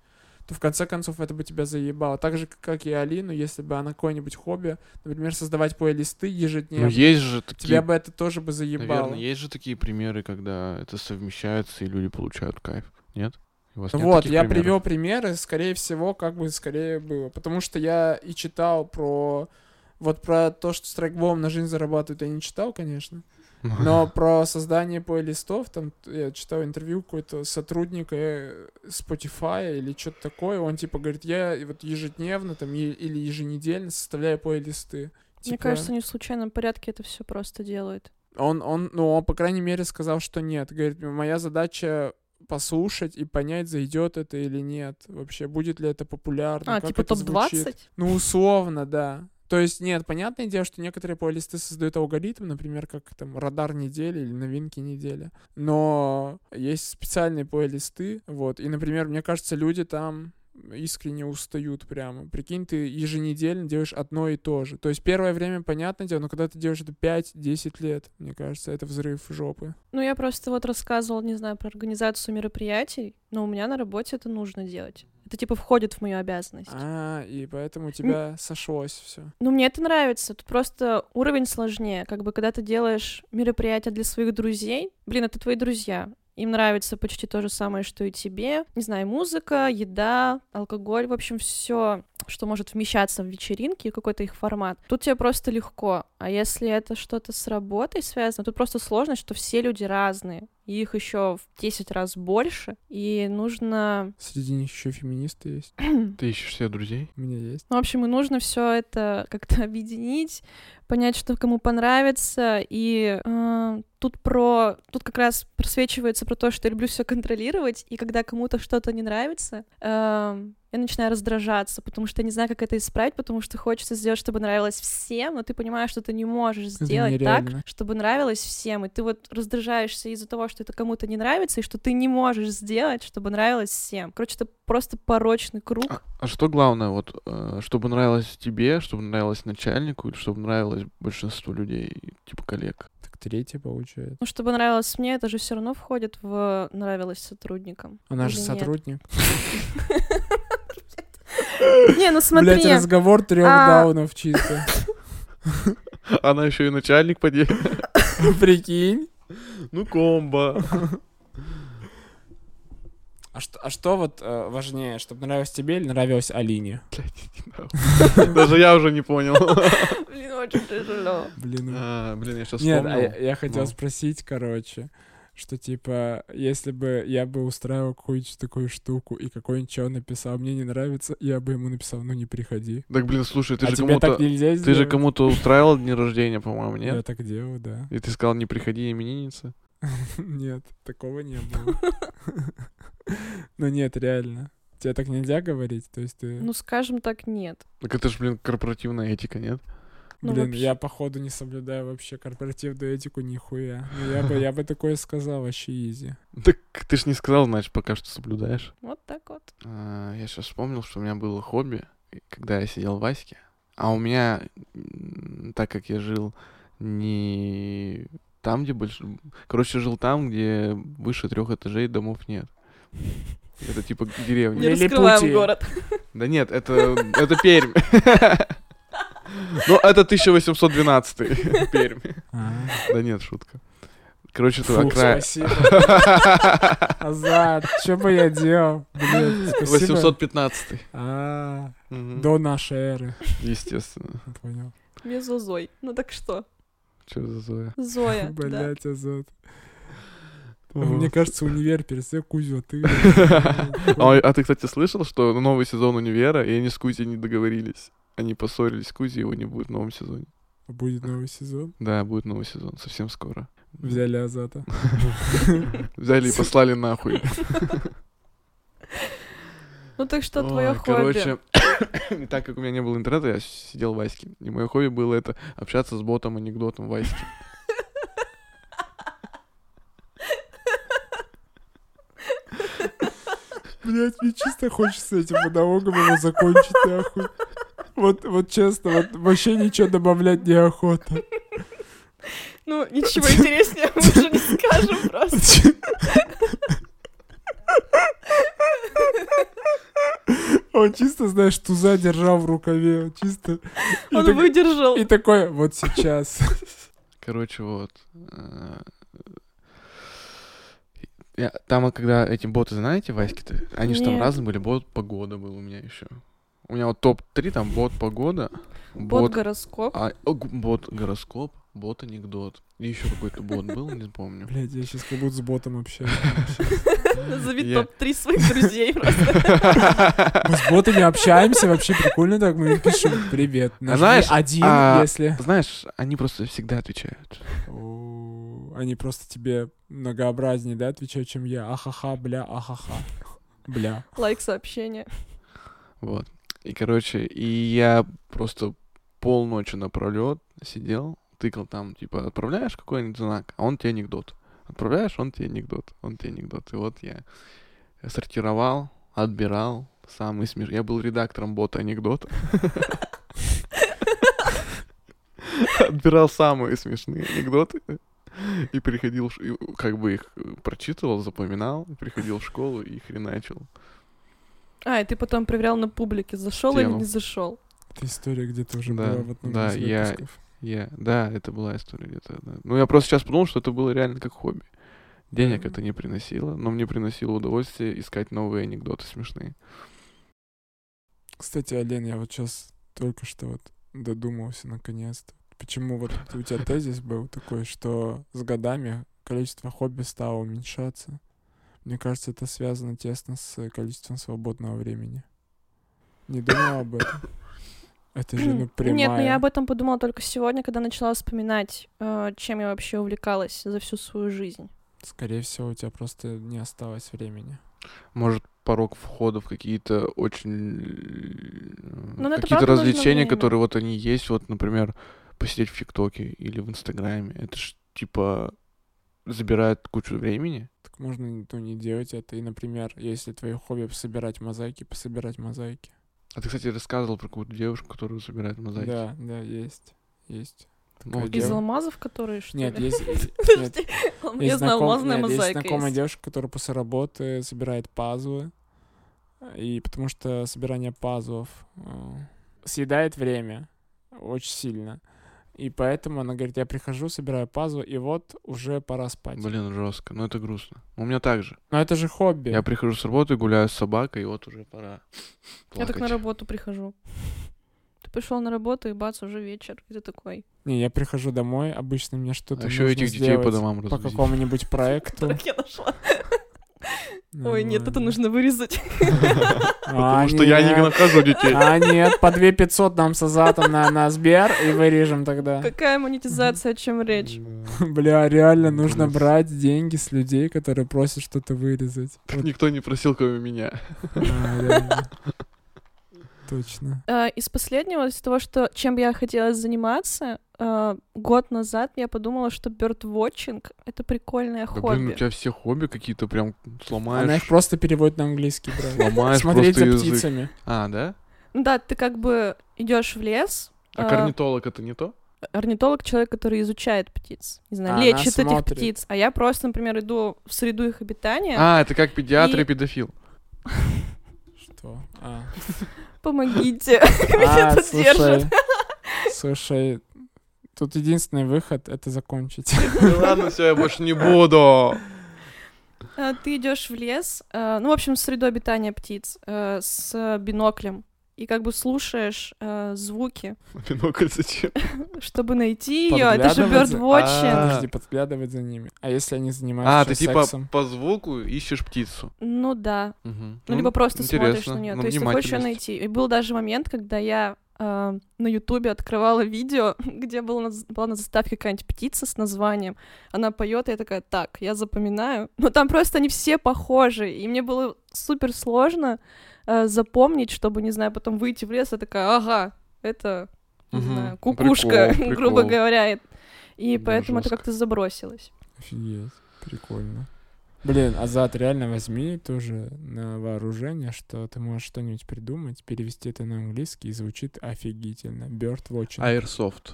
то в конце концов это бы тебя заебало. Так же, как и Алину, если бы она какое-нибудь хобби, например, создавать плейлисты
Ну
ежедневно,
есть же
тебя
такие,
бы это тоже бы заебало.
наверное, есть же такие примеры, когда это совмещается и люди получают кайф. Нет? У вас нет
Вот,
таких
я
примеров?
привел примеры, скорее всего, как бы скорее было. Потому что я и читал про... Вот про то, что страйкбом на жизнь зарабатывают, я не читал, конечно. Но про создание плейлистов, там т- я читал интервью какой-то сотрудника э, Spotify или что-то такое. Он типа говорит, я и вот ежедневно там е- или еженедельно составляю плейлисты.
Мне
Типа,
кажется, они в случайном порядке это все просто делают.
он, он, ну, он, по крайней мере, сказал, что нет. Говорит, моя задача послушать и понять, зайдет это или нет. Вообще, будет ли это популярно.
А,
как
типа
это звучит.
топ-20?
Ну, условно, да. То есть, нет, понятное дело, что некоторые плейлисты создают алгоритм, например, как там радар недели или новинки недели. Но есть специальные плейлисты, вот. И, например, мне кажется, люди там искренне устают прямо. Прикинь, ты еженедельно делаешь одно и то же. То есть первое время, понятное дело, но когда ты делаешь это 5-10 лет, мне кажется, это взрыв жопы.
Ну, я просто вот рассказывала, не знаю, про организацию мероприятий, но у меня на работе это нужно делать. Это типа входит в мою обязанность.
А, и поэтому у тебя сошлось все.
Ну, мне это нравится. Тут просто уровень сложнее. Как бы, когда ты делаешь мероприятие для своих друзей, блин, это твои друзья. Им нравится почти то же самое, что и тебе. Не знаю, музыка, еда, алкоголь, в общем, все, что может вмещаться в вечеринке, какой-то их формат. Тут тебе просто легко. А если это что-то с работой связано, тут просто сложно, что все люди разные. И их еще в 10 раз больше. И нужно...
Среди них еще феминисты есть.
Ты ищешь себе друзей?
У меня есть.
Ну, в общем, и нужно все это как-то объединить, понять, что кому понравится. И э, тут про тут как раз просвечивается про то, что я люблю все контролировать, и когда кому-то что-то не нравится, э, я начинаю раздражаться, потому что я не знаю, как это исправить, потому что хочется сделать, чтобы нравилось всем, но ты понимаешь, что ты не можешь сделать так,
нереально.
чтобы нравилось всем, и ты вот раздражаешься из-за того, что это кому-то не нравится, и что ты не можешь сделать, чтобы нравилось всем. Короче, это просто порочный круг.
А, а что главное, вот, э, чтобы нравилось тебе, чтобы нравилось начальнику, или чтобы нравилось большинству людей, типа коллег?
Так третье получается.
Ну, чтобы нравилось мне, это же все равно входит в нравилось сотрудникам.
Она же
Или нет?
сотрудник.
Не, ну
Блять,
смотри,
разговор трех
А.
даунов чисто.
Она еще и начальник поди.
Прикинь.
Ну, комбо.
А что, а что вот э, важнее, чтобы нравилось тебе или нравилось Алине?
Даже я уже не понял.
блин, очень тяжело.
Блин,
А, Блин, я сейчас
Нет, а я,
вспомнил.
я хотел
Ну.
спросить, короче, что типа, если бы я бы устраивал какую-нибудь такую штуку, и какой-нибудь чел написал, мне не нравится, я бы ему написал, ну не приходи.
Так, блин, слушай, ты
а
же
тебе так
кому-то...
нельзя
Ты же
сделать?
кому-то устраивал дни рождения, по-моему,
Я
нет?
так делаю, да.
И ты сказал, не приходи, именинница.
Нет, такого не было. Ну нет, реально. Тебе так нельзя говорить, то есть ты...
Ну, скажем так, нет.
Так это же, блин, корпоративная этика, нет?
ну,
Блин,
вообще.
я походу не соблюдаю вообще корпоративную этику нихуя. Ну, я бы, я бы такое сказал, вообще изи.
Так ты ж не сказал, значит, пока что соблюдаешь.
Вот так вот.
А, Я сейчас вспомнил, что у меня было хобби, и когда я сидел в Аське. А у меня, м, так как я жил не там, где больше... Короче, жил там, где выше трех этажей домов нет. Это типа деревня.
Не
Лилипутии.
раскрываем город.
Да нет, это, это Пермь. Ну, это 1812 Пермь. Да нет, шутка. Короче, это
А. Фу,
окрая.
спасибо. Азат, что бы я делал? Блин, спасибо.
815
А,
Мгм.
до нашей эры.
Естественно.
Я Понял.
Мне за Зой. Ну так что?
Что за Зоя?
Зоя, да.
Блять, Азат. Мне кажется, универ перестал кузю, а ты...
А а ты, кстати, слышал, что новый сезон «Универа», и они с Кузи не договорились? Они поссорились, Кузи его не будет в новом сезоне.
Будет новый сезон.
Да, будет новый сезон, совсем скоро.
Взяли Азата.
Взяли и послали нахуй.
Ну так что
Ой,
твое хобби?
Короче, и так как у меня не было интернета, я сидел в Аське. И мое хобби было это общаться с ботом анекдотом в Аське.
Блять, мне чисто хочется этим монологом его закончить, нахуй. Вот, вот честно, вот вообще ничего добавлять неохота.
Ну, ничего интереснее мы уже не скажем просто.
Он чисто, знаешь, туза держал в рукаве, он чисто. И
Он
Ну, так-
выдержал.
И такое, вот сейчас.
Короче, вот. э, я- Там, а, когда эти боты, знаете, Васьки-то, они же там
Нет.
разные были, бот погода был у меня еще. У меня вот топ-3, там бот погода,
Под
бот,
гороскоп.
а, о, г- бот гороскоп, бот анекдот. И еще какой-то бот был, не помню.
Блять, я сейчас как будто с ботом общаюсь.
Назови
Я-
топ-3 своих друзей просто.
Мы с ботами общаемся, вообще прикольно так, мы им пишем «Привет». нажми
знаешь,
один,
а-
если...
Знаешь, они просто всегда отвечают.
О, Они просто тебе многообразнее, да, отвечают, чем я. Ахаха, бля, ахаха. Бля.
Лайк сообщение.
Вот. И, короче, и я просто полночи напролет сидел, тыкал там, типа, отправляешь какой-нибудь знак, а он тебе анекдот. Отправляешь, он тебе анекдот, он тебе анекдот. И вот я сортировал, отбирал самый смешный. Я был редактором бота анекдота. Отбирал самые смешные анекдоты. И приходил, в ш- и как бы их э, прочитывал, запоминал, и приходил в школу и хреначил.
А, и ты потом проверял на публике, зашел или
Тему.
не зашел.
Это история где-то уже
Да,
была в одном
да,
из
я-
выпусков.
Я, да, это была история где-то. да. Ну, я просто сейчас подумал, что это было реально как хобби. Денег это не приносило, но мне приносило удовольствие искать новые анекдоты смешные.
Кстати, Олен, я вот сейчас только что вот додумался наконец-то. Почему вот у тебя тезис был такой, что с годами количество хобби стало уменьшаться? Мне кажется, это связано тесно с количеством свободного времени. Не думал об этом? Это же, ну, прямая...
Нет, но я об этом подумала только сегодня, когда начала вспоминать, э, чем я вообще увлекалась за всю свою жизнь.
Скорее всего, у тебя просто не осталось времени.
Может, порог входа в какие-то очень...
Ну, на это
какие-то
правда нужно
развлечения,
время.
которые вот они есть, вот, например, посидеть в ТикТоке или в Инстаграме. Это ж, типа, забирает кучу времени.
Так можно то не делать это. И, например, если твое хобби собирать мозаики, пособирать мозаики.
А ты, кстати, рассказывал про какую-то девушку, которая собирает мозаики.
Да, да, есть. Есть.
Ну,
Такая
вот
Из
дев-
я-
алмазов, которые, что
Нет,
ли?
есть... нет,
Подожди,
Есть
алмазная
знаком-
алмазная
нет, есть
мозаика
знакомая
есть.
девушка, которая после работы собирает пазлы. И потому что собирание пазлов э, съедает время очень сильно. И поэтому она говорит, я прихожу, собираю пазлы, и вот уже пора спать.
Блин, жестко. Ну это грустно. У меня так же.
Но это же хобби.
Я прихожу с работы, гуляю с собакой, и вот уже пора.
Я так
плакать.
на работу прихожу. Ты пришел на работу, и бац, уже вечер. И ты такой,
Не, я прихожу домой, обычно мне что-то
А еще
нужно
этих детей по
сделать
домам
по
разводить.
какому-нибудь проекту.
так я нашла. Ой, нет, это нужно вырезать.
Потому что я не нахожу детей.
А нет, по 2 500 нам с Азатом на, на Сбер и вырежем тогда.
Какая монетизация, о чем речь?
Да.
Бля, реально нужно
Ужас.
брать деньги с людей, которые просят что-то вырезать.
Так
Вот,
никто не просил, кроме меня.
а, реально. Точно.
Э, Из последнего, из того, что чем я хотела заниматься, э, год назад я подумала, что бёрдвотчинг — это прикольное
Да блин, у
хобби.
тебя все хобби какие-то прям
Она их
сломаешь.
просто переводит на английский, бля.
Ломаешь
Смотреть
просто
за
язык.
птицами.
А, да?
Ну Да, ты как бы идешь в лес.
А
э,
корнитолог это не то?
Орнитолог — человек, который изучает птиц, не
А
знаю,
Она
лечит этих
смотрит.
птиц. А я просто, например, иду в среду их обитания.
А, это как педиатр
И-
и педофил.
Что? А.
Помогите.
А,
тут держат.
Слушай, тут единственный выход — это закончить.
Да ладно, все, я больше не буду.
Э, Ты идешь в лес, э, ну, в общем, в среду обитания птиц э, с э, биноклем. И как бы слушаешь э, звуки,
Бинокль зачем?
чтобы найти ее. Это же
Подглядывать за-
birdwatching.
А.
Подожди, подглядывать за ними. А если они занимаются
А, ты типа
сексом?
по звуку ищешь птицу.
Ну да.
Мгм.
Ну, либо просто смотришь
интересно.
на нее.
Ну,
То есть ты хочешь ее
внимательность.
найти. И был даже момент, когда я э, на Ютубе открывала видео, где была на, была на заставке какая-нибудь птица с названием. Она поет, и я такая, так, я запоминаю. Но там просто они все похожи. И мне было супер сложно э, запомнить, чтобы, не знаю, потом выйти в лес, я такая, ага, это, не
Мгм. Ну,
знаю, кукушка,
Прикол,
грубо
прикол.
говоря. И- И
Да,
поэтому это
жестко.
как-то забросилось.
Офигеть, прикольно. Блин, Азат, реально возьми тоже на вооружение, что ты можешь что-нибудь придумать, перевести это на английский, и звучит офигительно. Birdwatching.
Airsoft.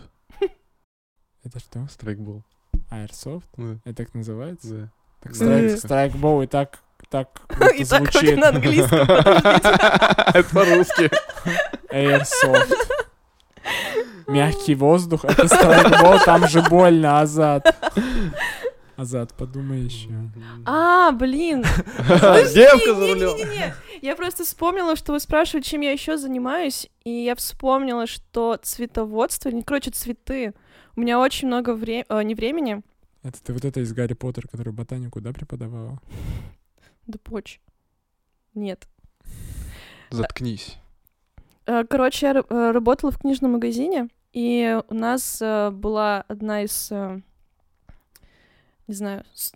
Это что?
Страйкбол.
Airsoft?
Да,
Это так называется?
да.
Так
Да.
страйк,
Э.
страйкбол и так, так
И
круто
так вроде
звучит.
на английском,
Это по-русски.
Airsoft. Мягкий воздух, это страйкбол, там же больно, Азат. Азат, подумай еще.
А, блин,
Девка за
Не, не,
рулем.
не, не, не. Я просто вспомнила, что вы спрашиваете, чем я еще занимаюсь, и я вспомнила, что цветоводство, не, короче, цветы. У меня очень много вре- э, не времени,
Это ты вот это из Гарри Поттера, который ботанику, да, преподавала?
да поч. Нет.
Заткнись.
Э, Короче, я ра- э, работала в книжном магазине, и у нас э, была одна из, э, не знаю, с-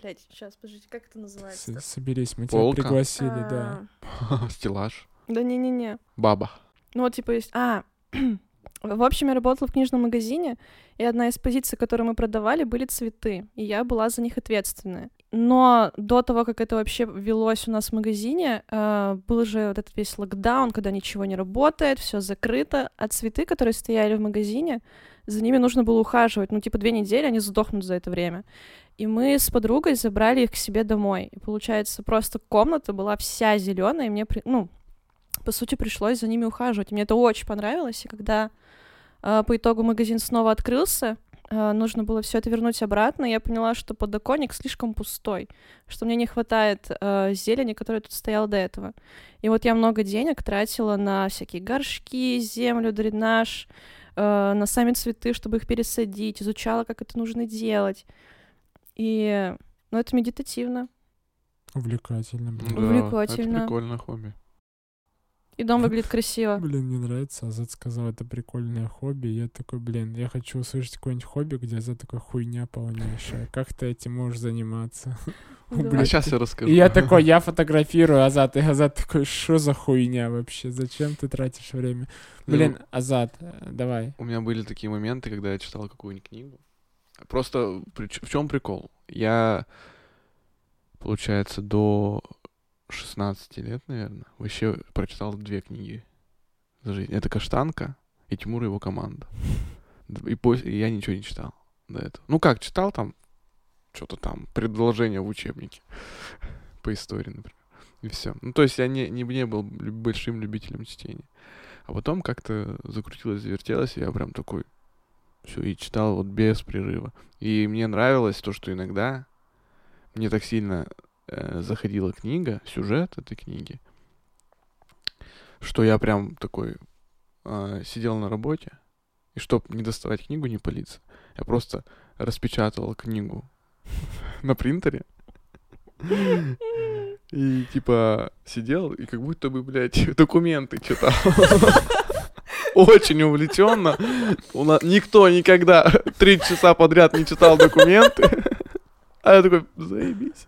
блядь, сейчас, подождите, как это называется?
С- Соберись, мы
Полка?
тебя пригласили, да.
Стеллаж.
Да не-не-не.
Баба.
Ну, вот, типа, есть... А, в общем, я работала в книжном магазине, и одна из позиций, которые мы продавали, были цветы, и я была за них ответственная. Но до того, как это вообще велось у нас в магазине, э, был же вот этот весь локдаун, когда ничего не работает, все закрыто, а цветы, которые стояли в магазине, за ними нужно было ухаживать. Ну, типа, две недели, они сдохнут за это время. И мы с подругой забрали их к себе домой. И получается, просто комната была вся зеленая, и мне, при- ну, по сути, пришлось за ними ухаживать. И мне это очень понравилось. И когда э, по итогу магазин снова открылся, э, нужно было все это вернуть обратно, и я поняла, что подоконник слишком пустой, что мне не хватает э, зелени, которая тут стояла до этого. И вот я много денег тратила на всякие горшки, землю, дренаж, э, на сами цветы, чтобы их пересадить, изучала, как это нужно делать. И, ну, это медитативно.
А. Увлекательно, блин.
Да,
Увлекательно.
Это прикольное хобби.
И дом выглядит красиво.
Блин, мне нравится. Азат сказал, это прикольное хобби. Я такой, блин, я хочу услышать какое-нибудь хобби, где Азат такой хуйня полнейшая. Как ты этим можешь заниматься?
А
Блин,
Давай.
сейчас я расскажу.
И я такой, я фотографирую Азат. И Азат такой, что за хуйня вообще? Зачем ты тратишь время?
Ну,
Блин, Азат, э, давай.
У меня были такие моменты, когда я читал какую-нибудь книгу. Просто прич- в чем прикол? Я, получается, до 16 лет, наверное, вообще прочитал две книги за жизнь. Это «Каштанка» и «Тимур и его команда». Д- И, пос- и я ничего не читал до этого. Ну как, читал там что-то там, предложение в учебнике по истории, например. И все. Ну то есть я не, не, не был лю- большим любителем чтения. А потом как-то закрутилось, завертелось, и я прям такой все и читал вот без прерыва. И мне нравилось то, что иногда мне так сильно э, заходила книга, сюжет этой книги, что я прям такой э, сидел на работе, и чтобы не доставать книгу, не палиться, я просто распечатывал книгу на принтере. И типа сидел и как будто бы, блядь, документы читал. Очень увлеченно. У нас никто никогда три часа подряд не читал документы. А я такой, заебись.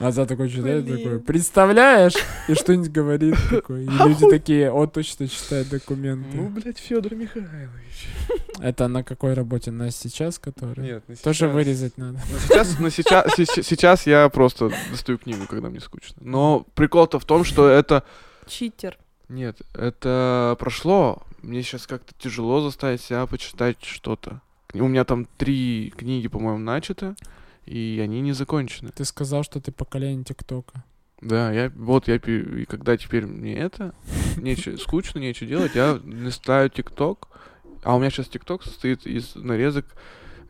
Азат А такой читает,
Блин.
такой, представляешь? И что-нибудь говорит такой. И люди такие, о, точно читает
Ну,
документы.
блядь, Федор Михайлович.
Это на какой работе? На сейчас, который?
Нет, на
Тоже
сейчас.
вырезать надо.
Но сейчас, на сейчас, се- сейчас я просто достаю книгу, когда мне скучно. Но прикол-то в том, что это
Читер.
Нет, это прошло. Мне сейчас как-то тяжело заставить себя почитать что-то. Кни- У меня там три книги, по-моему, начаты, и они не закончены.
Ты сказал, что ты поколение ТикТока.
Да, я вот я пи- и когда теперь мне это нече, скучно, нечего делать, я листаю ТикТок. А у меня сейчас ТикТок состоит из нарезок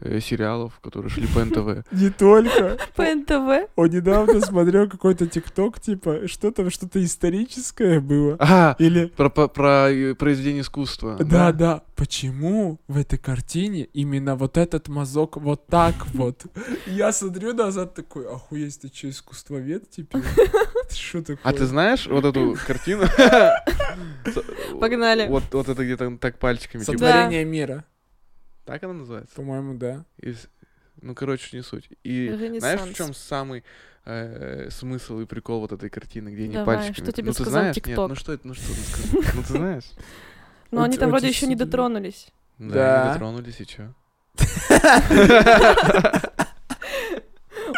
э, сериалов, которые шли по НТВ.
Не только.
По НТВ.
Он недавно смотрел какой-то ТикТок, типа, что там, что-то историческое было.
А,
Или
про, про, про, э, произведение искусства.
Да, да. Почему в этой картине именно вот этот мазок вот так вот? Я смотрю назад такой, охуеть, ты что, искусствовед теперь? Ты что такое?
А ты знаешь вот эту картину?
Погнали.
Вот, вот это где-то так пальчиками. типа,
Сотворение мира.
Так она называется?
По-моему, да.
Из- Ну, короче, не суть. И
Ренессанс.
знаешь, в чем самый э, смысл и прикол вот этой картины, где они
Давай,
пальчиками?
что тебе
ну, ты
сказал
знаешь? Нет,
ТикТок?
ну что это, ну что ты сказал? Ну ты знаешь?
Но они там
Очень
вроде еще не
сильно.
дотронулись.
Да,
Да.
они дотронулись и чё?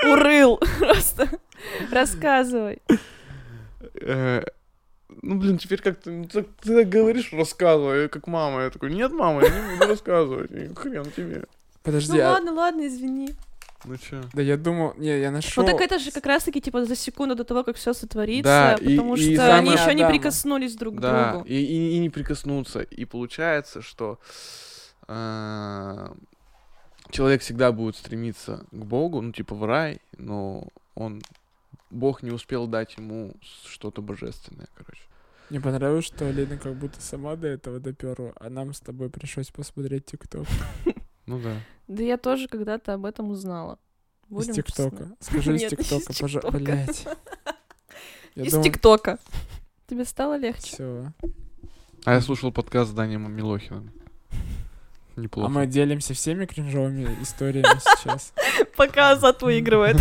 Урыл. Просто. Рассказывай.
Э, Ну, блин, теперь как ты, ну, так- ты так говоришь, рассказывай, как мама. Я такой, нет, мама, я не буду рассказывать, и хрен тебе.
Подожди,
Ну
а-
ладно, ладно, извини.
Ну чё?
да я думал, не, я нашел.
Ну так это же как раз-таки типа за секунду до того, как все
Да,
сотворится,
и-
потому
и
что
самое
они еще не
Адама.
прикоснулись друг к
Да,
другу.
и, и- и не прикоснуться. И получается, что э, человек всегда будет стремиться к Богу, ну, типа в рай, но он. Бог не успел дать ему с- что-то божественное, короче.
Мне понравилось, что Лена как будто сама до этого доперла, а нам с тобой пришлось посмотреть ТикТок
Ну да.
Да я тоже когда-то об этом узнала.
из
Будем честны.
ТикТока. Скажи из
Нет, не из
ТикТока, пожалуйста.
ТикТока.
Блять.
Из ТикТока. Тебе стало легче?
Все.
А я слушал подкаст с Данием Милохиным.
А
Неплохо.
мы делимся всеми кринжовыми историями сейчас.
Пока Азат выигрывает.